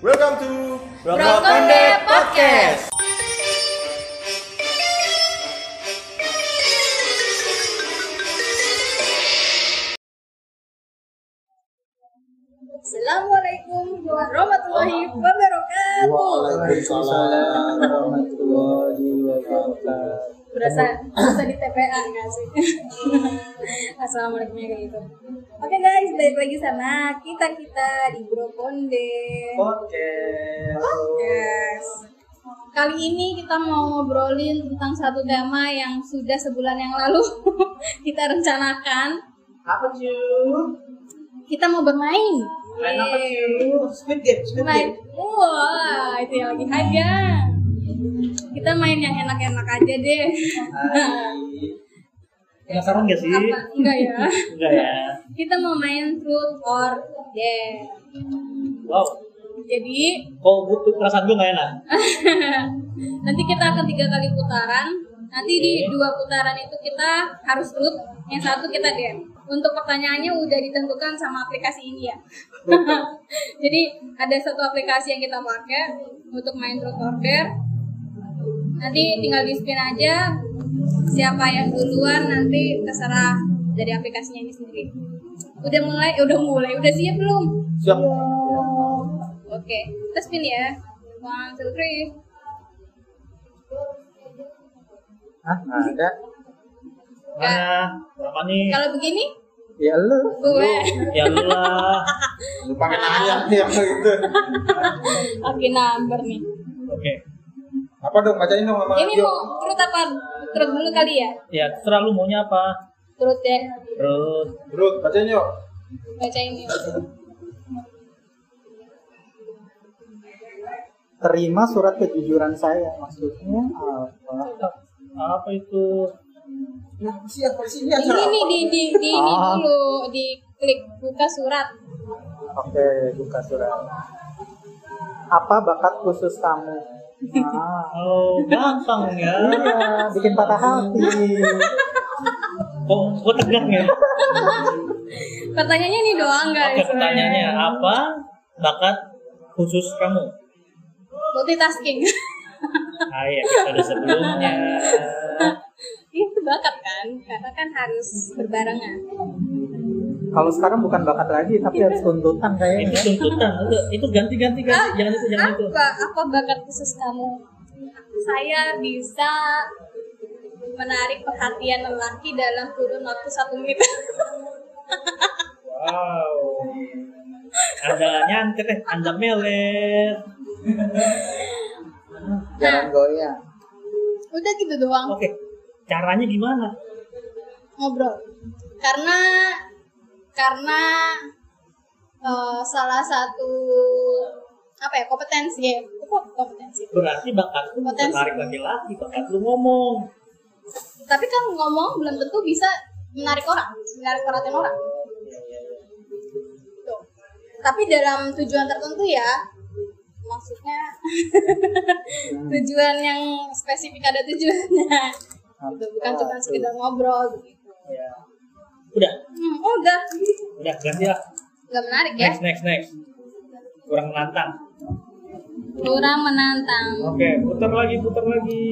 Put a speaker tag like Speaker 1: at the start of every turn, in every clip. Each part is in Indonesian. Speaker 1: Welcome to
Speaker 2: Brokonde Podcast. Assalamualaikum warahmatullahi wabarakatuh.
Speaker 3: Waalaikumsalam warahmatullahi wabarakatuh.
Speaker 2: Berasa berasa di TPA nggak kan sih? Assalamualaikum ya kayak gitu. Oke guys, balik lagi sama kita kita di Brokonde.
Speaker 3: Oke.
Speaker 2: Yes. Kali ini kita mau ngobrolin tentang satu tema yang sudah sebulan yang lalu kita rencanakan.
Speaker 3: Apa cuy?
Speaker 2: Kita mau bermain.
Speaker 3: Main apa
Speaker 2: Yeay.
Speaker 3: cuy? Squid Game, Squid
Speaker 2: main
Speaker 3: Game.
Speaker 2: wah itu yang lagi hajang kita main yang enak-enak aja deh
Speaker 3: Penasaran gak sih?
Speaker 2: apa enggak ya
Speaker 3: Enggak ya.
Speaker 2: kita mau main truth or dare
Speaker 3: Wow.
Speaker 2: jadi
Speaker 3: Kok gue perasaan gue gak enak?
Speaker 2: nanti kita akan tiga kali putaran nanti di dua putaran itu kita harus truth yang satu kita dare untuk pertanyaannya udah ditentukan sama aplikasi ini ya jadi ada satu aplikasi yang kita pakai untuk main truth or dare nanti tinggal di spin aja siapa yang duluan nanti terserah dari aplikasinya ini sendiri udah mulai eh, udah mulai udah siap belum
Speaker 3: Siap.
Speaker 2: Iya. oke kita spin ya one two three
Speaker 4: Hah, Ah, nggak ada.
Speaker 3: Mana? Apa nih?
Speaker 2: kalau begini
Speaker 4: Ya lu.
Speaker 2: gue
Speaker 3: Ya lu lah.
Speaker 1: Lu pakai nanya nih apa gitu.
Speaker 2: oke number nih
Speaker 3: Oke.
Speaker 1: Apa dong bacain dong sama
Speaker 2: ini
Speaker 1: Gio.
Speaker 2: mau perut apa perut dulu kali ya
Speaker 3: Ya terserah lu maunya apa.
Speaker 2: perut deh
Speaker 3: Terus.
Speaker 1: Bro, bacain yuk.
Speaker 2: bacain ya. yuk
Speaker 4: Terima surat kejujuran saya. Maksudnya eh, apa?
Speaker 3: Apa itu?
Speaker 1: Nah, apa sih apa sih ini
Speaker 3: Iya,
Speaker 2: ini
Speaker 1: acara?
Speaker 2: nih di di di ini
Speaker 4: Ah.
Speaker 2: dulu di klik buka surat
Speaker 4: Oke, buka surat. Apa bakat khusus kamu? Nah,
Speaker 3: Oh, gampang ya.
Speaker 4: iya, bikin patah hati.
Speaker 3: Kok gue tegang ya?
Speaker 2: pertanyaannya ini doang guys
Speaker 3: Oke, pertanyaannya apa bakat khusus kamu?
Speaker 2: multitasking
Speaker 3: Ah ya, episode sebelumnya.
Speaker 2: itu bakat kan karena kan harus berbarengan
Speaker 4: Kalau sekarang bukan bakat lagi, tapi harus
Speaker 3: itu
Speaker 4: tuntutan kayaknya.
Speaker 3: tuntutan, itu, itu ganti ganti
Speaker 2: Ah,
Speaker 3: ganti, jangan itu jangan itu.
Speaker 2: apa apa bakat khusus kamu saya bisa menarik perhatian lelaki dalam kurun waktu satu menit
Speaker 3: Wow. Anda nyantet eh, Anda melet.
Speaker 4: Jangan goyang.
Speaker 2: Nah, udah gitu doang
Speaker 3: Oke, caranya gimana?
Speaker 2: ngobrol karena karena eh, salah satu apa ya kompetensi ya kok kompetensi
Speaker 3: Berarti bakat lu
Speaker 2: Potensi.
Speaker 3: menarik laki-laki, bakat lu ngomong.
Speaker 2: tapi kan ngomong belum tentu bisa menarik orang menarik perhatian orang Tuh. tapi dalam tujuan tertentu ya maksudnya tujuan yang spesifik ada tujuannya Gitu, bukan cuma sekedar ngobrol gitu.
Speaker 3: Ya. Udah,
Speaker 2: hmm, udah
Speaker 3: udah ganti lah.
Speaker 2: nggak menarik ya
Speaker 3: Next next next. Kurang menantang.
Speaker 2: kurang menantang
Speaker 3: Oke, putar lagi, putar lagi.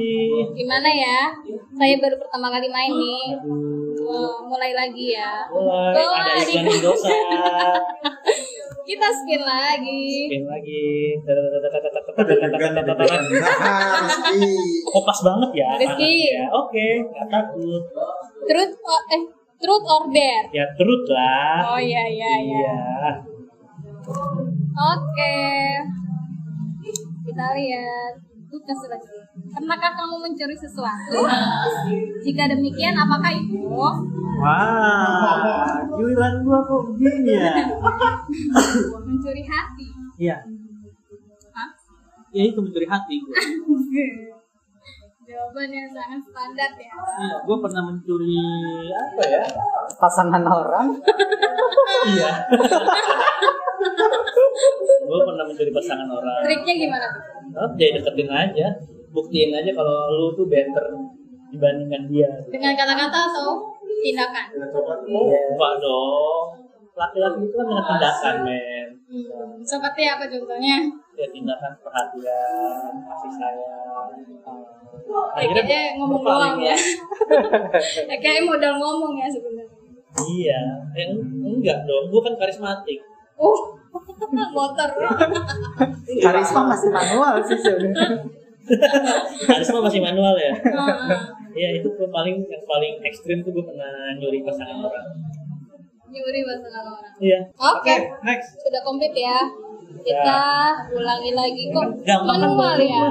Speaker 2: Gimana ya? Saya baru pertama kali main nih. Oh, mulai lagi ya.
Speaker 3: Mulai ada
Speaker 2: Mulai.
Speaker 3: iklan di dosa.
Speaker 2: Kita skin lagi.
Speaker 3: Spin lagi.
Speaker 1: Nah, Rizky.
Speaker 3: Oh pas banget ya.
Speaker 2: Rizky.
Speaker 3: Ya, Oke, nggak takut.
Speaker 2: Truth or- eh truth or dare.
Speaker 3: Ya terus lah.
Speaker 2: Oh iya iya iya.
Speaker 3: Iya.
Speaker 2: Oke. Kita lihat. Tuh, kasih lagi. Pernahkah kamu mencuri sesuatu? Jika demikian, apakah itu?
Speaker 3: Wah, giliran gua kok begini ya.
Speaker 2: Mencuri hati.
Speaker 3: Iya.
Speaker 2: Hah?
Speaker 3: Ya itu mencuri hati gua.
Speaker 2: Jawaban yang sangat standar ya.
Speaker 3: Iya, gua pernah mencuri apa ya?
Speaker 4: Pasangan orang,
Speaker 3: Iya. gua pernah mencuri pasangan orang.
Speaker 2: Triknya gimana tuh?
Speaker 3: Oh, jadi deketin aja, buktiin aja kalau lu tuh better dibandingkan dia.
Speaker 2: Dengan kata-kata atau tindakan?
Speaker 1: Kita coba.
Speaker 3: Oh, enggak dong. Laki-laki itu kan dengan tindakan, men.
Speaker 2: Hmm, seperti apa contohnya?
Speaker 3: ya tindakan perhatian kasih sayang eh,
Speaker 2: Ya, kayaknya ngomong doang
Speaker 3: berpaling
Speaker 2: ya. ya kayaknya modal ngomong ya sebenarnya.
Speaker 3: iya eh, enggak dong gue kan karismatik
Speaker 2: Uh, motor.
Speaker 4: karisma masih manual sih sebenarnya
Speaker 3: karisma masih manual ya
Speaker 2: Ah,
Speaker 3: Iya itu gua paling yang paling ekstrim tuh gue pernah nyuri pasangan orang.
Speaker 2: Nyuri pasangan orang.
Speaker 3: Iya.
Speaker 2: Oke.
Speaker 3: next.
Speaker 2: Sudah komplit ya. Kita ulangi lagi kok.
Speaker 3: Gampang
Speaker 2: Manual
Speaker 3: banget.
Speaker 2: ya.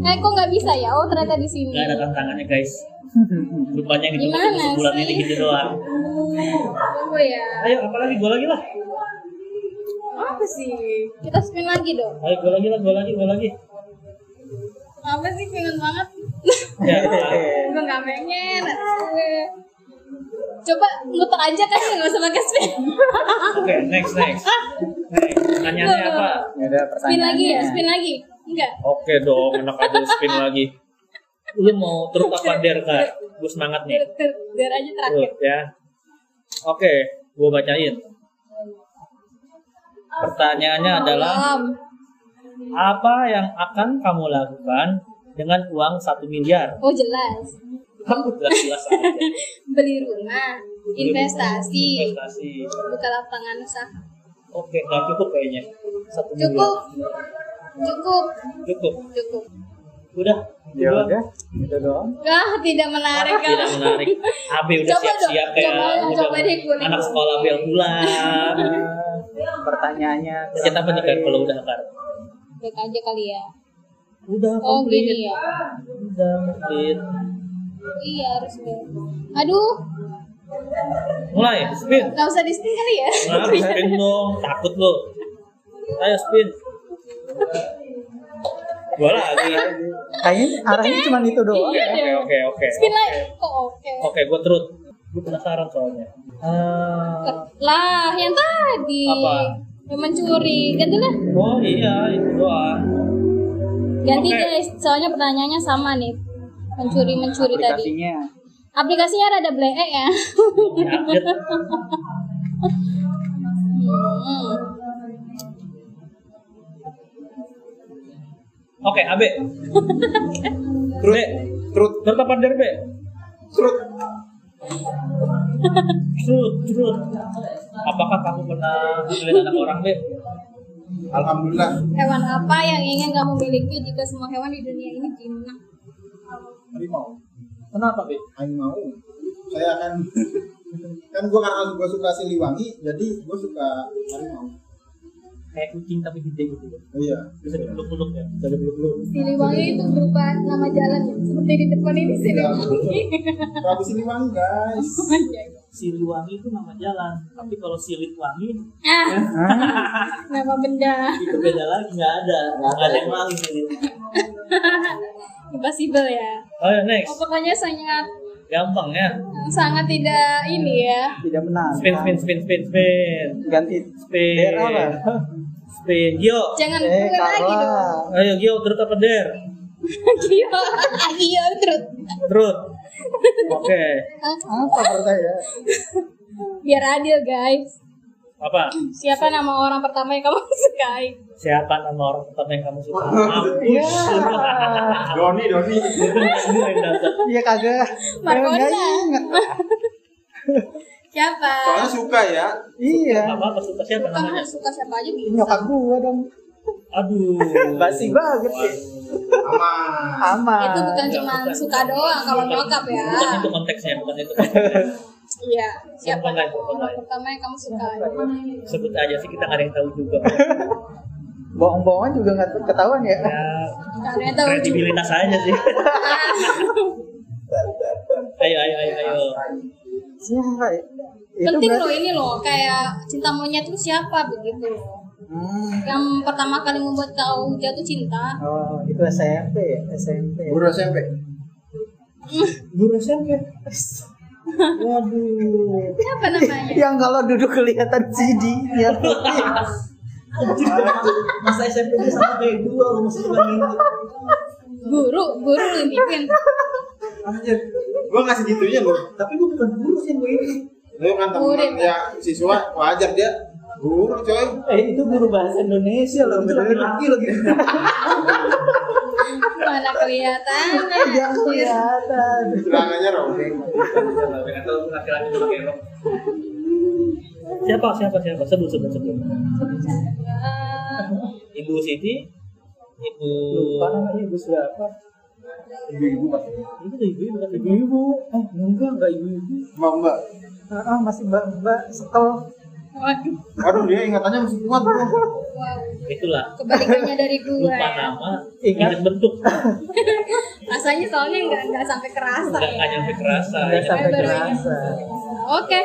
Speaker 2: Eh kok nggak bisa ya? Oh ternyata di sini.
Speaker 3: Gak ada tantangannya guys. Rupanya di
Speaker 2: Gimana
Speaker 3: bulan
Speaker 2: sih?
Speaker 3: ini gitu doang.
Speaker 2: Tunggu ya.
Speaker 3: Ayo apalagi gue lagi lah.
Speaker 2: Apa sih? Kita spin lagi dong.
Speaker 3: Ayo gue lagi lah, gue lagi, gue lagi.
Speaker 2: Apa sih pengen banget?
Speaker 3: Ya,
Speaker 2: gue nggak pengen. atas gue. Coba muter aja kan nggak usah pakai spin. Ah.
Speaker 3: oke next next. Next. Pertanyaannya apa?
Speaker 4: ya udah
Speaker 2: spin lagi ya,
Speaker 4: pertanyaannya
Speaker 2: spin lagi. Enggak.
Speaker 3: Oke dong, enak aja lu spin lagi. Lu mau terus apa der kak? Gue semangat nih.
Speaker 2: Ter, ter, ter aja terakhir.
Speaker 3: Tuh, ya. Oke, gue bacain. Pertanyaannya adalah
Speaker 2: Malam.
Speaker 3: apa yang akan kamu lakukan dengan uang satu miliar?
Speaker 2: Oh jelas.
Speaker 3: Kamu jelas-jelas aja.
Speaker 2: Beli rumah, investasi,
Speaker 3: Investasi.
Speaker 2: buka lapangan usaha.
Speaker 3: Oke, nggak cukup kayaknya. Satu
Speaker 2: Cukup.
Speaker 3: miliar.
Speaker 2: Cukup,
Speaker 3: Cukup.
Speaker 2: cukup.
Speaker 3: Udah.
Speaker 4: ya
Speaker 3: Dua.
Speaker 4: udah itu doang
Speaker 2: Ah, tidak menarik kan?
Speaker 3: Tidak menarik. Abi udah
Speaker 2: Coba
Speaker 3: siap-siap
Speaker 2: dong,
Speaker 3: kayak
Speaker 2: coba,
Speaker 3: udah
Speaker 2: coba deh gue
Speaker 3: anak
Speaker 2: lihat.
Speaker 3: sekolah bel pulang.
Speaker 4: Eh, pertanyaannya
Speaker 3: Kita apa nih Kak, kalau udah kan?
Speaker 2: Baik aja kali ya.
Speaker 3: Udah
Speaker 2: Oh
Speaker 3: Nah, komplit.
Speaker 2: gini ya.
Speaker 3: Udah komplit.
Speaker 2: Iya harus dong. Aduh,
Speaker 3: Mulai, spin.
Speaker 2: nggak usah di spin kali ya.
Speaker 3: Nah, spin dong, takut lo. Ayo spin. Gua lagi.
Speaker 4: kayaknya arahnya cuma itu doang ya
Speaker 3: Oke, oke, oke.
Speaker 2: Iya Spin lagi. Kok oke?
Speaker 3: Oke, gue terus. Gue penasaran soalnya. Ah.
Speaker 4: Eh,
Speaker 2: Lah, yang tadi.
Speaker 3: Apa?
Speaker 2: Yang mencuri. Ganti lah.
Speaker 3: Oh iya, itu doang.
Speaker 2: Ganti
Speaker 3: Oke.
Speaker 2: guys, soalnya pertanyaannya sama nih. Mencuri-mencuri tadi.
Speaker 4: aplikasinya
Speaker 2: Aplikasinya rada bleek ya.
Speaker 3: Update.
Speaker 2: Hmm.
Speaker 3: Oke, Abe. Be,
Speaker 1: Trut,
Speaker 3: terus apa der Be?
Speaker 1: trut.
Speaker 3: Terus, terus. Apakah kamu pernah ngeliat anak orang, Be?
Speaker 1: Alhamdulillah.
Speaker 2: Hewan apa yang ingin kamu miliki jika semua hewan di dunia ini jinak?
Speaker 1: Harimau.
Speaker 3: Kenapa, Be?
Speaker 1: Harimau. Saya akan kan gua karena gua suka Siliwangi, jadi gua suka harimau.
Speaker 3: Kayak kucing tapi gede gitu. Be.
Speaker 1: Oh iya.
Speaker 3: Bisa dipeluk-peluk ya.
Speaker 1: Bisa dipeluk-peluk.
Speaker 2: Siliwangi itu berupa nama jalan ya. Seperti di depan ini Siliwangi.
Speaker 1: Iya. Prabu Siliwangi, guys.
Speaker 3: Siliwangi itu nama jalan, tapi kalau Silitwangi
Speaker 2: ah,
Speaker 4: Hah?
Speaker 2: nama benda.
Speaker 3: itu beda lagi nggak ada, nggak ada yang lain.
Speaker 2: Impossible ya.
Speaker 3: Oh ya next,
Speaker 2: Oh, pokoknya sangat
Speaker 3: gampang ya.
Speaker 2: sangat tidak ini ya.
Speaker 4: tidak benar
Speaker 3: Spin spin spin spin spin
Speaker 4: ganti
Speaker 3: spin
Speaker 4: daerah lah
Speaker 3: spin. Gio,
Speaker 2: Jangan
Speaker 4: eh
Speaker 2: gue lagi
Speaker 4: Carla
Speaker 2: dong.
Speaker 3: ayo Gio terus apa der?
Speaker 2: Gio, Gio terus.
Speaker 3: Terus. Oke,
Speaker 4: apa pertanyaan
Speaker 2: Biar adil guys.
Speaker 3: apa?
Speaker 2: Siapa nama orang pertama yang kamu sukai?
Speaker 3: Siapa nama orang pertama yang kamu suka?
Speaker 4: Iya.
Speaker 3: Mampus.
Speaker 2: Iya.
Speaker 1: Doni, Doni.
Speaker 3: Gue yang dapat.
Speaker 4: Iya kagak.
Speaker 2: Margonda.
Speaker 4: Enggak inget.
Speaker 2: Siapa?
Speaker 1: Soalnya suka ya.
Speaker 4: Iya.
Speaker 3: Apa apa suka siapa namanya?
Speaker 2: Kamu suka siapa aja gitu. bisa.
Speaker 4: Nyokap gua dong.
Speaker 3: Aduh.
Speaker 4: Basi banget sih.
Speaker 1: Aman.
Speaker 4: Aman.
Speaker 2: Itu bukan
Speaker 3: Iya,
Speaker 2: cuma suka doang kalau nyokap ya.
Speaker 3: Bukan itu konteksnya, bukan itu konteksnya.
Speaker 2: Iya. Siapa
Speaker 3: Bukan,
Speaker 2: nama
Speaker 3: bukan.
Speaker 2: orang pertama yang kamu suka?
Speaker 3: Sebut aja sih kita nggak ada yang tahu juga.
Speaker 4: Bohong-bohongan juga nggak ketahuan ya.
Speaker 3: Ya,
Speaker 2: Karena tahu juga.
Speaker 3: kredibilitas aja sih. ayo ayo ayo ayo.
Speaker 4: Siapa? ya? Itu
Speaker 2: Penting
Speaker 4: berarti.
Speaker 2: loh ini loh kayak cinta monyet itu siapa begitu loh.
Speaker 4: Hmm.
Speaker 2: Yang pertama kali membuat kau jatuh cinta.
Speaker 4: Oh, itu SMP ya, SMP.
Speaker 1: Guru SMP.
Speaker 3: Guru SMP. ya? Waduh.
Speaker 2: Siapa namanya?
Speaker 4: Yang kalau duduk kelihatan ya. CD-nya.
Speaker 3: Masa SMP gue sama kayak gue lu masih bilang gitu.
Speaker 2: Guru, guru lu mimpin.
Speaker 1: Anjir, gua ngasih gitunya loh.
Speaker 3: Tapi gue bukan guru sih gue ini.
Speaker 1: Lu kan teman
Speaker 2: Murid.
Speaker 1: ya siswa wajar dia Guru coy.
Speaker 4: Eh itu guru bahasa Indonesia loh,
Speaker 1: Itu laki-laki lagi.
Speaker 2: Mana kelihatan?
Speaker 4: Gak kelihatan.
Speaker 1: Celananya robek.
Speaker 5: Mereka tahu laki-laki pakai rok.
Speaker 3: Siapa siapa siapa sebut sebut sebut. Ibu Siti, Ibu
Speaker 4: Lupa namanya ibu siapa?
Speaker 1: Ibu-ibu pasti.
Speaker 3: Itu tuh ibu bukan ibu.
Speaker 4: Ibu-ibu. Eh enggak, enggak ibu-ibu.
Speaker 1: Mbak Mbak.
Speaker 4: Ah, ah, masih mbak-mbak setel.
Speaker 2: Waduh,
Speaker 1: Aduh dia ingatannya masih kuat bro.
Speaker 2: wow.
Speaker 3: Itulah
Speaker 2: Kebalikannya dari
Speaker 3: lupa
Speaker 2: gua. ya.
Speaker 3: nama,
Speaker 4: Ingat.
Speaker 3: ingat bentuk,
Speaker 2: Rasanya soalnya nggak nggak sampai kerasa
Speaker 3: nggak
Speaker 2: ya.
Speaker 3: nggak nyampe kerasa.
Speaker 4: Nggak
Speaker 3: ya.
Speaker 4: sampai
Speaker 2: Baru ingat.
Speaker 4: kerasa.
Speaker 2: Oke,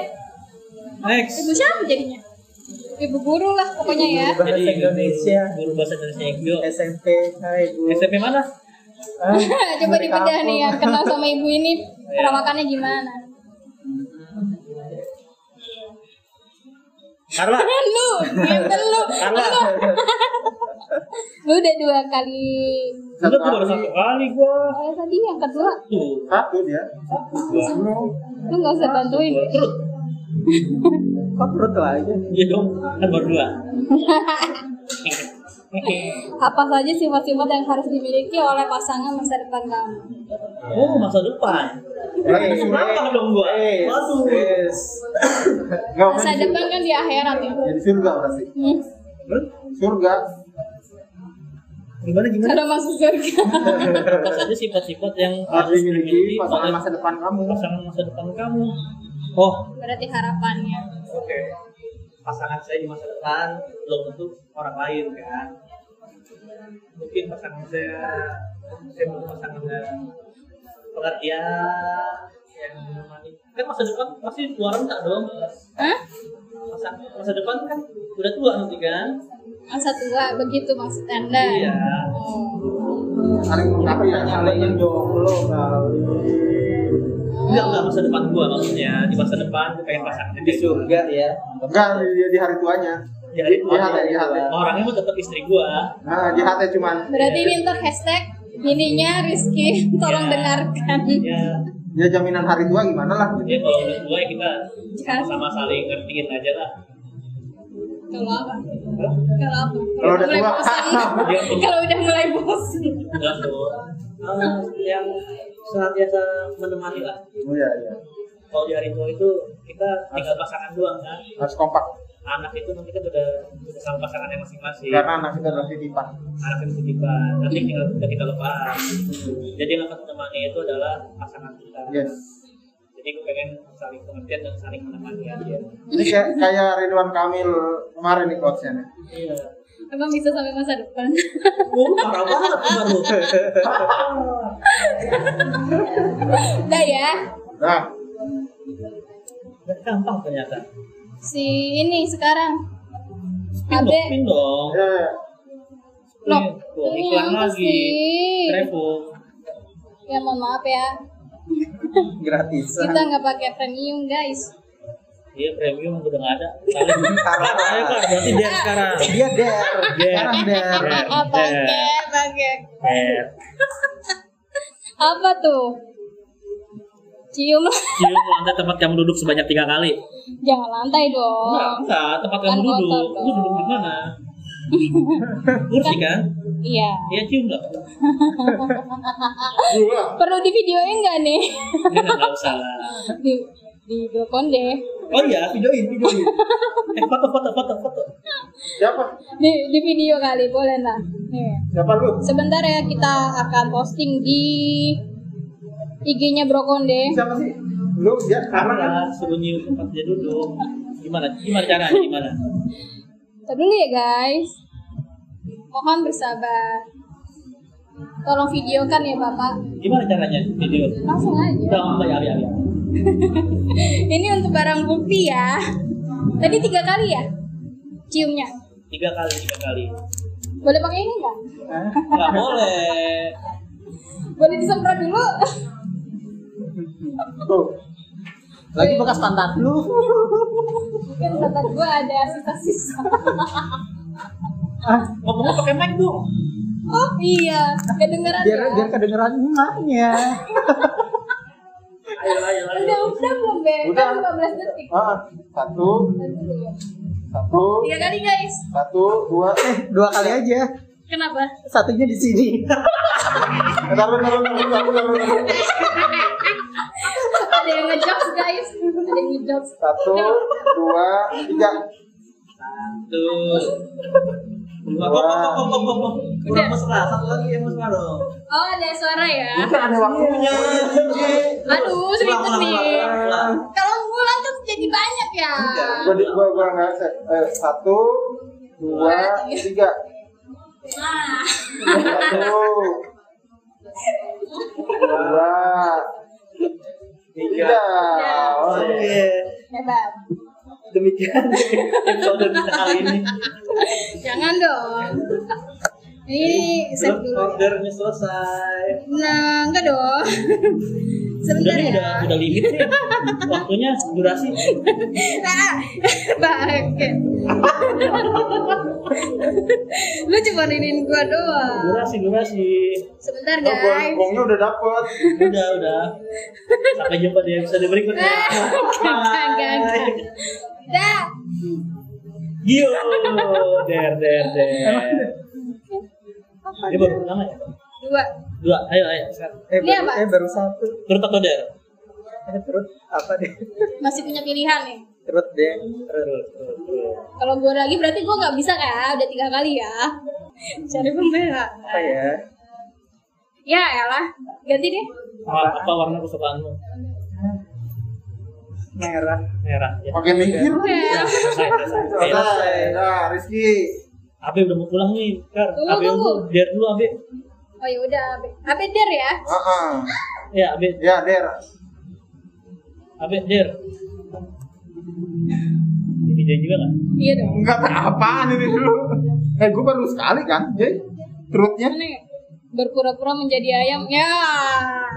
Speaker 3: Next.
Speaker 2: ibu siapa jadinya? Ibu guru lah pokoknya ya.
Speaker 4: Bahasa
Speaker 3: Jadi guru-
Speaker 4: Indonesia.
Speaker 3: Guru bahasa Indonesia Ibu.
Speaker 4: SMP, hai ibu.
Speaker 3: SMP mana?
Speaker 4: Ah,
Speaker 2: Coba
Speaker 4: dari
Speaker 2: dibedah
Speaker 4: kampung.
Speaker 2: nih yang kenal sama ibu
Speaker 3: Iya.
Speaker 2: ini perawakannya gimana?
Speaker 3: Carla.
Speaker 2: lu, gembel lu.
Speaker 3: Carla.
Speaker 2: Lu udah dua kali.
Speaker 3: Udah gua baru satu kali gua.
Speaker 2: Oh, tadi yang kedua,
Speaker 3: Tuh,
Speaker 1: Satu dia.
Speaker 3: gua.
Speaker 2: lu nggak usah bantuin.
Speaker 3: Gua Terus,
Speaker 4: Kok perut aja?
Speaker 3: iya dong, kan baru dua.
Speaker 2: Apa saja sifat-sifat yang harus dimiliki oleh pasangan masa depan kamu?
Speaker 3: Oh, masa depan.
Speaker 1: Lagi disuruh.
Speaker 3: Kenapa dong gua?
Speaker 4: Eh,
Speaker 3: Waduh.
Speaker 4: yes.
Speaker 1: Nggak
Speaker 2: Masa
Speaker 1: usah.
Speaker 2: depan kan di akhirat ya.
Speaker 1: Jadi surga berarti.
Speaker 2: Hmm,
Speaker 1: Surga.
Speaker 3: Gimana gimana?
Speaker 2: Kalau masuk surga.
Speaker 3: Apa saja sifat-sifat yang
Speaker 1: Harus dimiliki
Speaker 3: dimiliki
Speaker 1: pasangan
Speaker 3: oleh
Speaker 1: masa depan kamu.
Speaker 3: pasangan masa depan kamu? Oh,
Speaker 2: Berarti harapannya.
Speaker 5: Oke. Pasangan saya di masa depan belum tentu orang lain kan. Mungkin pasangan saya saya butuh pasangan yang pengertian yang menemani.
Speaker 3: kan masa depan pasti dua rentak dong.
Speaker 2: Hah?
Speaker 3: Masa, masa depan kan udah tua nanti kan?
Speaker 2: Masa tua begitu maksud Anda?
Speaker 3: Iya.
Speaker 2: Oh.
Speaker 1: Saling
Speaker 4: Tapi
Speaker 1: melengkapi ya.
Speaker 4: kali yang jomblo kali.
Speaker 3: Enggak, enggak masa depan gua maksudnya. Di masa depan gua pengen pasangan
Speaker 4: Di surga ya.
Speaker 1: Enggak di, di hari tuanya.
Speaker 3: Jadi
Speaker 1: Di hati, di hati.
Speaker 3: orangnya mah tetap istri gua.
Speaker 1: Nah, di hati cuman
Speaker 2: Berarti ini ntar hashtag ininya Rizky tolong
Speaker 3: Ya.
Speaker 2: dengarkan.
Speaker 3: Ya,
Speaker 1: ya jaminan hari tua gimana lah. gitu.
Speaker 3: ya kalau udah tua ya kita
Speaker 2: Jangan.
Speaker 3: sama saling ngertiin aja lah.
Speaker 2: Kalau apa? Kalau apa?
Speaker 1: Kalau udah
Speaker 2: mulai
Speaker 1: tua.
Speaker 2: bosan.
Speaker 3: Iya.
Speaker 2: Kalau udah mulai bosan.
Speaker 3: Enggak dong.
Speaker 5: Ah, yang senantiasa menemani lah.
Speaker 1: Oh iya iya.
Speaker 3: Kalau di hari tua itu kita tinggal pasangan doang kan.
Speaker 1: Harus kompak
Speaker 3: Anak itu nanti kan udah udah sama pasangannya masing-masing.
Speaker 1: karena anak kita adalah titipan.
Speaker 3: anak yang titipan tapi tinggal udah kita lepas jadi yang akan menemani itu adalah pasangan kita
Speaker 1: Yes.
Speaker 3: jadi gue pengen saling pengertian dan saling menemani aja
Speaker 1: Ini kayak, kayak Ridwan Kamil kemarin nih coachnya nih.
Speaker 3: iya
Speaker 2: Emang bisa sampai masa depan.
Speaker 3: oh parah banget kemarin lu
Speaker 2: Udah ya.
Speaker 1: Nah,
Speaker 3: Gak gampang ternyata
Speaker 2: Si ini sekarang.
Speaker 3: spin
Speaker 2: Abe.
Speaker 3: dong spin dong
Speaker 1: ya, ya.
Speaker 2: Loh,
Speaker 3: Spin. Tuh,
Speaker 2: ini
Speaker 3: iklan
Speaker 2: apa
Speaker 3: lagi
Speaker 2: sih?
Speaker 3: travel
Speaker 2: Ya mohon maaf ya.
Speaker 4: Gratisan.
Speaker 2: Kita nggak pakai premium guys.
Speaker 3: iya premium udah gak ada saling
Speaker 4: Karena
Speaker 3: ayo kan berarti dia sekarang
Speaker 4: dia Iya, der. Sekarang der.
Speaker 3: Iya.
Speaker 2: pakai, pakai.
Speaker 3: Eh,
Speaker 2: Apa tuh? Cium lah.
Speaker 3: cium lantai tempat kamu duduk sebanyak tiga kali.
Speaker 2: Jangan lantai
Speaker 3: Enggak,
Speaker 2: dong.
Speaker 3: enggak, tempat
Speaker 2: Oh. Kan
Speaker 3: kamu
Speaker 2: kotor
Speaker 3: duduk.
Speaker 2: dong.
Speaker 3: Lu duduk di mana? Kursi kan?
Speaker 2: Iya.
Speaker 3: Iya cium lah.
Speaker 1: Gua.
Speaker 2: Perlu di videoin nggak nih?
Speaker 3: Enggak, enggak kan usah lah.
Speaker 2: di di Brokon deh.
Speaker 3: Oh iya, videoin, videoin. Eh, foto, foto, foto, foto.
Speaker 1: Siapa?
Speaker 2: Di, di video kali boleh lah. Nih.
Speaker 1: Siapa lu?
Speaker 2: Sebentar ya kita akan posting di IG-nya Brokonde.
Speaker 1: Siapa sih? Lu dia karena kan?
Speaker 3: Karena suruh nyium tempat dia duduk. Gimana? Gimana caranya? Gimana?
Speaker 2: Ntar dulu ya guys. Mohon bersabar. Tolong videokan ya Bapak.
Speaker 3: Gimana caranya video?
Speaker 2: Langsung aja.
Speaker 3: Udah, enggak, ya, ya, ya.
Speaker 2: Ini untuk barang bukti ya. Tadi tiga kali ya ciumnya.
Speaker 3: Tiga kali, tiga kali.
Speaker 2: Boleh pakai ini nggak?
Speaker 4: Hah?
Speaker 3: Enggak boleh.
Speaker 2: Boleh disemprot dulu.
Speaker 1: Tuh.
Speaker 4: Lagi bekas pantat lu.
Speaker 2: Kan tempat gua ada sisa-sisa.
Speaker 4: Ah,
Speaker 3: Ngomongnya pakai mic dong.
Speaker 2: Oh iya, kedengeran
Speaker 4: biar
Speaker 2: ya.
Speaker 4: biar kedengeran emaknya.
Speaker 3: Ayo, ayo, ayo.
Speaker 2: Udah, udah belum be?
Speaker 1: Udah.
Speaker 2: Kan 15 detik.
Speaker 1: Ah, satu,
Speaker 2: Ntar dulu ya.
Speaker 4: Satu,
Speaker 2: Tiga kali guys.
Speaker 4: satu, dua, eh dua kali aja.
Speaker 2: Kenapa?
Speaker 4: Satunya di sini.
Speaker 1: Bentar, bentar, bentar, bentar, bentar, bentar.
Speaker 2: Ada yang ngejokes guys. Ada yang ngejokes.
Speaker 4: Satu, dua, tiga.
Speaker 5: Satu. Dua.
Speaker 4: Dua.
Speaker 5: Kok, kok, kok, kok, kok, kok. Kurang
Speaker 2: Udah.
Speaker 5: mesra. Satu lagi yang mesra dong.
Speaker 2: Oh ada suara ya.
Speaker 4: Bukan ada waktunya.
Speaker 2: Aduh
Speaker 5: Ulang,
Speaker 2: sedikit
Speaker 5: ulang,
Speaker 2: nih.
Speaker 5: ulang, ulang.
Speaker 2: Kalau ngulang kan jadi banyak ya.
Speaker 4: Gua di- gua gua enggak set. Eh, satu, dua, tiga.
Speaker 2: Nah,
Speaker 4: Satu, dua,
Speaker 5: Tiga.
Speaker 4: tiga.
Speaker 5: Oke.
Speaker 2: hebat.
Speaker 5: Demikian episode kita kali ini.
Speaker 2: Jangan dong. Ini
Speaker 5: Belum
Speaker 2: save dulu.
Speaker 5: ordernya selesai.
Speaker 2: Nah, enggak dong.
Speaker 3: Udah
Speaker 2: Sebentar
Speaker 3: nih, udah,
Speaker 2: ya.
Speaker 3: udah limit nih. Waktunya, durasi.
Speaker 2: Nah, Oke. Lu cuma nenin gua doang.
Speaker 3: Durasi, durasi.
Speaker 2: Sebentar
Speaker 1: Bentar, Oh, gua-
Speaker 2: guys.
Speaker 1: gongnya udah dapet.
Speaker 3: Udah, udah.
Speaker 5: Sampai jumpa di episode berikutnya.
Speaker 2: Ah, Enggak, enggak, enggak. Dah.
Speaker 3: Yo, der, der, der. Ini baru pertama ya?
Speaker 2: Dua.
Speaker 3: Dua, ayo, ayo. sekarang.
Speaker 4: Eh,
Speaker 2: Ini
Speaker 4: baru,
Speaker 2: apa?
Speaker 4: eh, baru satu.
Speaker 3: Turut atau der?
Speaker 4: Eh, terus apa deh?
Speaker 2: Masih punya pilihan nih.
Speaker 4: Terus deh.
Speaker 3: Turut, turut, turut.
Speaker 2: Kalau gua lagi berarti gua nggak bisa kan? Udah tiga kali ya. Cari pembelaan.
Speaker 4: Apa ya?
Speaker 2: Ya elah. Ganti deh.
Speaker 3: Apa, apa warna kesukaanmu?
Speaker 4: Merah.
Speaker 3: Merah. Ya.
Speaker 1: Pakai mikir.
Speaker 2: Ya.
Speaker 3: Selesai, selesai. Ayo.
Speaker 1: Selesai. Nah, Rizky.
Speaker 3: Abe udah mau pulang nih, Kar.
Speaker 2: Tunggu,
Speaker 3: Abe
Speaker 2: tunggu.
Speaker 3: dulu, der dulu Abe.
Speaker 2: Oh ya udah. Abe- Abe der ya.
Speaker 4: Ah,
Speaker 1: Heeh.
Speaker 3: Ya, Abe,
Speaker 1: Ya, Der.
Speaker 3: Abe der. Ini juga nggak?
Speaker 2: Iya dong.
Speaker 1: Enggak apaan ini dulu. Eh, gua baru sekali kan, Jay? Perutnya.
Speaker 2: Mana ya? berpura-pura menjadi ayam ya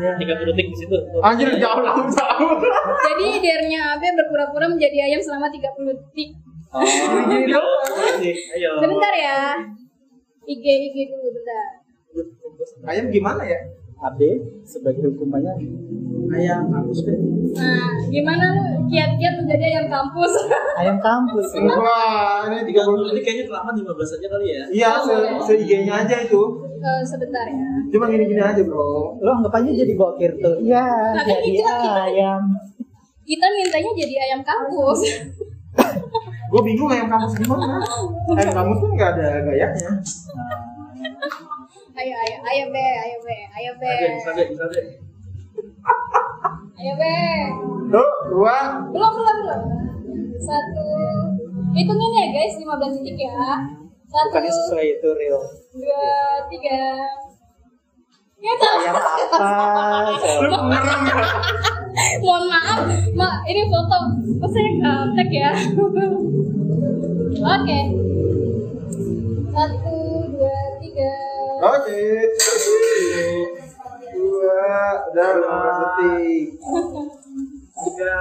Speaker 3: Ya, 30 detik di situ. Tuh.
Speaker 1: Anjir, jauh lah, jauh.
Speaker 2: jadi dernya Abe berpura-pura menjadi ayam selama 30 detik
Speaker 3: Oh,
Speaker 5: Ayo. Ayo.
Speaker 2: sebentar ya IG IG dulu bentar
Speaker 1: Ayam gimana ya?
Speaker 4: AB sebagai hukumannya
Speaker 5: Ayam kampus deh.
Speaker 2: nah gimana lu kiat-kiat menjadi ayam kampus
Speaker 4: ayam kampus ya.
Speaker 1: Wah, ini 30
Speaker 5: Ini kayaknya kelamaan 15 aja kali ya.
Speaker 1: Iya, se, se IG-nya aja itu.
Speaker 2: Eh, sebentar ya
Speaker 1: Cuma gini-gini aja, Bro.
Speaker 4: Lo anggap aja jadi gokir tuh. Iya,
Speaker 2: Tapi
Speaker 4: jadi
Speaker 2: itu kan kita-
Speaker 4: ayam.
Speaker 2: kita mintanya jadi ayam kampus
Speaker 1: Gue bingung ayam kampus gimana. Ayam kampus tuh nggak ada gayanya.
Speaker 2: ayo ayo ayo be ayo be ayo be
Speaker 5: Abe, bisa deh, bisa deh.
Speaker 2: ayo be
Speaker 1: Tuh, dua,
Speaker 2: belum belum belum satu hitungin ya guys 15 detik ya satu
Speaker 4: Bukannya sesuai itu real.
Speaker 2: dua tiga ya
Speaker 4: Ayam apa?
Speaker 1: lu ngerem ya?
Speaker 2: mohon maaf mak ini foto Terus saya eh, tag ya oke satu dua tiga
Speaker 1: Oke. Satu, Dua, udah 15 detik.
Speaker 5: Tiga,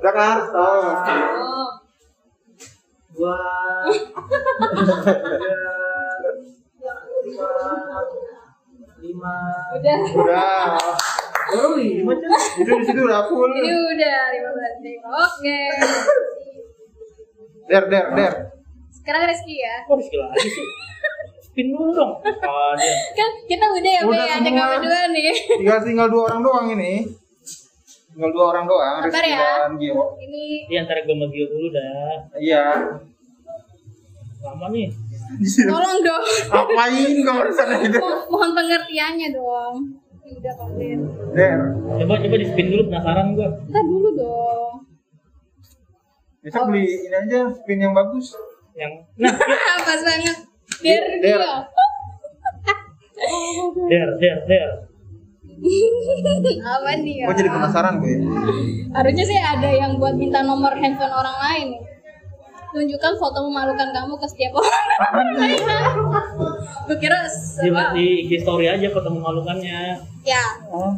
Speaker 1: Udah kan? Stop.
Speaker 2: oh
Speaker 5: dua, tiga, empat, lima.
Speaker 2: udah
Speaker 1: Udah.
Speaker 5: Baru lima aja.
Speaker 1: Itu di situ udah full.
Speaker 2: ini udah lima belas detik oke
Speaker 1: Der, der, der.
Speaker 2: sekarang Reski ya
Speaker 3: Kok harus gila lagi sih? Spin dulu dong. Oh, dia.
Speaker 2: kan kita udah ya Be
Speaker 1: Udah
Speaker 2: ya
Speaker 1: semua.
Speaker 2: tengah berdua nih
Speaker 1: Tinggal tinggal dua orang doang ini. Tinggal dua orang doang,
Speaker 2: Sabar
Speaker 1: Rizky
Speaker 2: ya.
Speaker 1: dan Gio.
Speaker 2: ini
Speaker 3: Di antara gue Iya, sama Gio dulu dah.
Speaker 1: Iya.
Speaker 3: Lama nih.
Speaker 2: tolong dong
Speaker 1: Apain kamu di sana gitu? itu?
Speaker 2: Mo- mohon pengertiannya dong Ini udah komplit
Speaker 1: Der.
Speaker 3: Coba coba di spin dulu penasaran gue.
Speaker 2: Ntar dulu dong
Speaker 1: Besok beli ini aja spin yang bagus.
Speaker 3: Yang nah,
Speaker 2: pas banget biar
Speaker 1: Der.
Speaker 2: dia
Speaker 3: der der der.
Speaker 2: apa nih ya
Speaker 1: Gue iya. jadi penasaran gue.
Speaker 2: Harusnya sih ada yang buat minta nomor handphone orang lain. Tunjukkan foto memalukan kamu ke setiap orang. Gue kira
Speaker 1: Iya,
Speaker 2: se-
Speaker 3: Di, di IG story aja ketemu malukannya.
Speaker 2: ya
Speaker 4: Oh,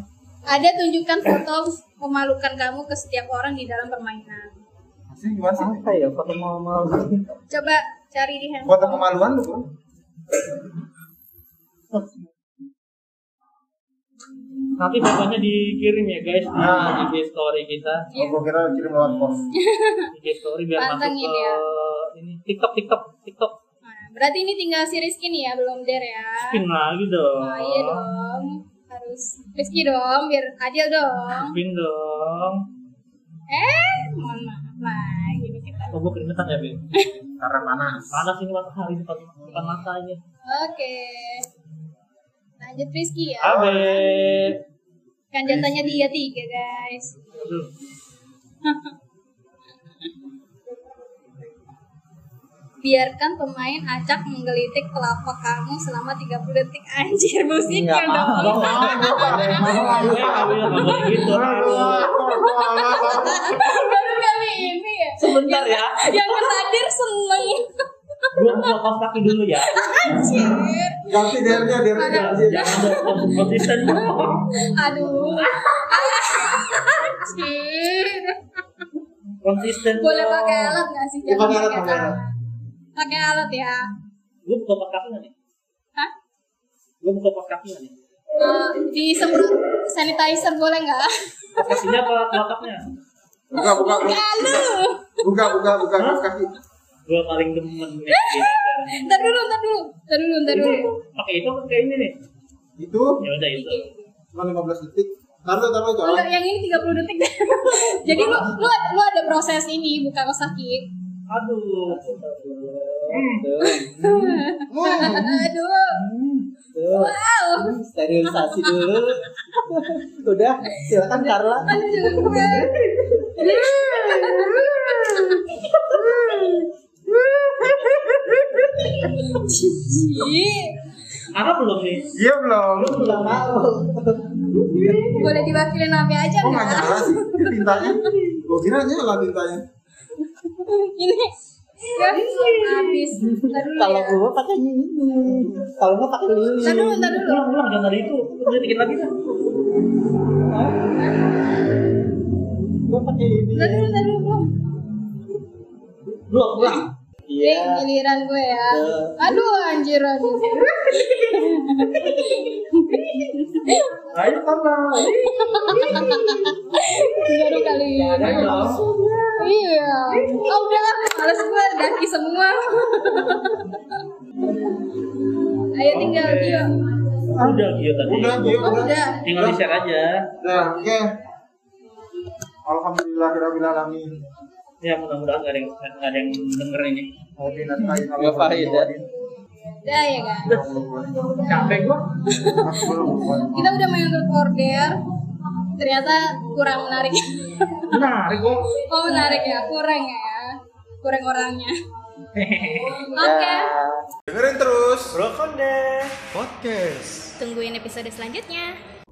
Speaker 2: ada tunjukkan foto memalukan kamu ke setiap orang di dalam permainan.
Speaker 1: Sih gimana sih?
Speaker 4: apa ya? Pakai mau mau.
Speaker 2: Coba cari di handphone.
Speaker 1: Foto kemaluan lu, Bro.
Speaker 3: Nanti fotonya dikirim ya guys di
Speaker 1: Ah.
Speaker 3: IG story kita,
Speaker 2: Iya.
Speaker 1: Gua kira kirim lewat pos.
Speaker 3: IG story biar
Speaker 2: Pantengin
Speaker 3: masuk ke
Speaker 2: ya.
Speaker 3: ini TikTok TikTok TikTok.
Speaker 2: Nah, berarti ini tinggal si Rizky nih ya, belum der ya.
Speaker 3: Spin lagi dong.
Speaker 2: Oh iya dong, harus Rizky dong, biar adil dong.
Speaker 3: Spin dong.
Speaker 2: Eh, mohon maaf lah, gini kita.
Speaker 3: Oh, gue keringetan ya, Bin.
Speaker 1: Karena panas.
Speaker 3: Panas ini matahari depan, depan matanya.
Speaker 2: Oke, lanjut Rizky ya.
Speaker 3: Abe.
Speaker 2: Kan jatahnya dia tiga guys.
Speaker 3: Aduh.
Speaker 2: Biarkan pemain acak menggelitik telapak kamu selama 30 detik anjir musiknya
Speaker 3: Eh,
Speaker 2: dong.
Speaker 3: nggak boleh, nggak boleh gitu. Aduh.
Speaker 2: Baru kali ini ya.
Speaker 3: Sebentar ya.
Speaker 2: Yang ketadir seneng.
Speaker 3: Gua gua kaos kaki dulu ya.
Speaker 2: Anjir.
Speaker 1: Ganti dernya, dernya ganti.
Speaker 3: Jangan dong konsisten.
Speaker 2: Aduh. Anjir.
Speaker 3: Konsisten.
Speaker 2: Boleh pakai alat nggak sih?
Speaker 1: Bukan
Speaker 2: Jangan
Speaker 1: alat,
Speaker 2: pakai
Speaker 1: pakai
Speaker 2: tangan. Pakai alat ya.
Speaker 3: Gua buka pas kaki nggak nih?
Speaker 2: Hah?
Speaker 3: Gua buka pas kaki nggak nih?
Speaker 2: Eh, disemprot sanitizer boleh nggak?
Speaker 3: Pas kakinya apa telapaknya?
Speaker 1: Buka, buka, buka,
Speaker 2: Buka lu.
Speaker 1: buka, buka, buka kaos kaki.
Speaker 3: Gua paling demen nih. gitu.
Speaker 2: Ntar dulu, ntar dulu, ntar dulu, ntar
Speaker 3: Itu
Speaker 2: dulu.
Speaker 3: pakai itu apa kayak ini nih?
Speaker 1: Itu
Speaker 3: Ya udah itu.
Speaker 1: cuma 15 detik. Taruh, taruh, taruh.
Speaker 2: Untuk yang ini 30 detik. Jadi lu, lu lu ada proses ini buka kaos kaki.
Speaker 3: Aduh.
Speaker 2: Hmm. Aduh.
Speaker 4: Hmm.
Speaker 2: Wow.
Speaker 6: Hmm, sterilisasi dulu udah silakan Carla
Speaker 2: Aduh. Jijik.
Speaker 3: Arab belum nih?
Speaker 1: Iya belum.
Speaker 6: nggak mau
Speaker 2: Boleh diwakilin apa aja
Speaker 1: Oh nggak
Speaker 2: enggak?
Speaker 1: nyala sih pintanya. Gua kira nyala pintanya.
Speaker 2: Ini ya habis. Ntar dulu
Speaker 6: kalau
Speaker 2: ya.
Speaker 6: gua pakai ini kalau nggak pakai
Speaker 2: Ntar dulu,
Speaker 6: lilin
Speaker 2: ntar dulu.
Speaker 3: Ulang ulang jangan dari itu. Udah dikit lagi kan?
Speaker 6: gua pakai ini
Speaker 2: Ntar dulu, ntar dulu. belum.
Speaker 3: Belum ulang.
Speaker 2: Ini
Speaker 6: iya
Speaker 2: giliran gue ya. Aduh anjir anjir.
Speaker 1: Ayo karena.
Speaker 2: Baru kali ini. Iya. Oh udah lah, males gue daki semua. Ayo tinggal Gio.
Speaker 3: Udah gitu tadi.
Speaker 1: Udah, dia
Speaker 2: Oh
Speaker 1: udah.
Speaker 2: udah.
Speaker 3: Tinggal di share aja.
Speaker 1: Udah, oke. Alhamdulillahirrahmanirrahim.
Speaker 3: Ya mudah-mudahan nggak ada yang nggak ada yang denger ini.
Speaker 1: Wabin astain.
Speaker 4: Nggak pahit, ya?
Speaker 2: Udah ya kan.
Speaker 5: capek gua
Speaker 2: Kita udah main untuk order. Ternyata kurang menarik.
Speaker 5: menarik gua
Speaker 2: Oh menarik ya, kurang ya. Kurang orangnya. Oke.
Speaker 1: Dengerin terus.
Speaker 2: Tungguin episode selanjutnya.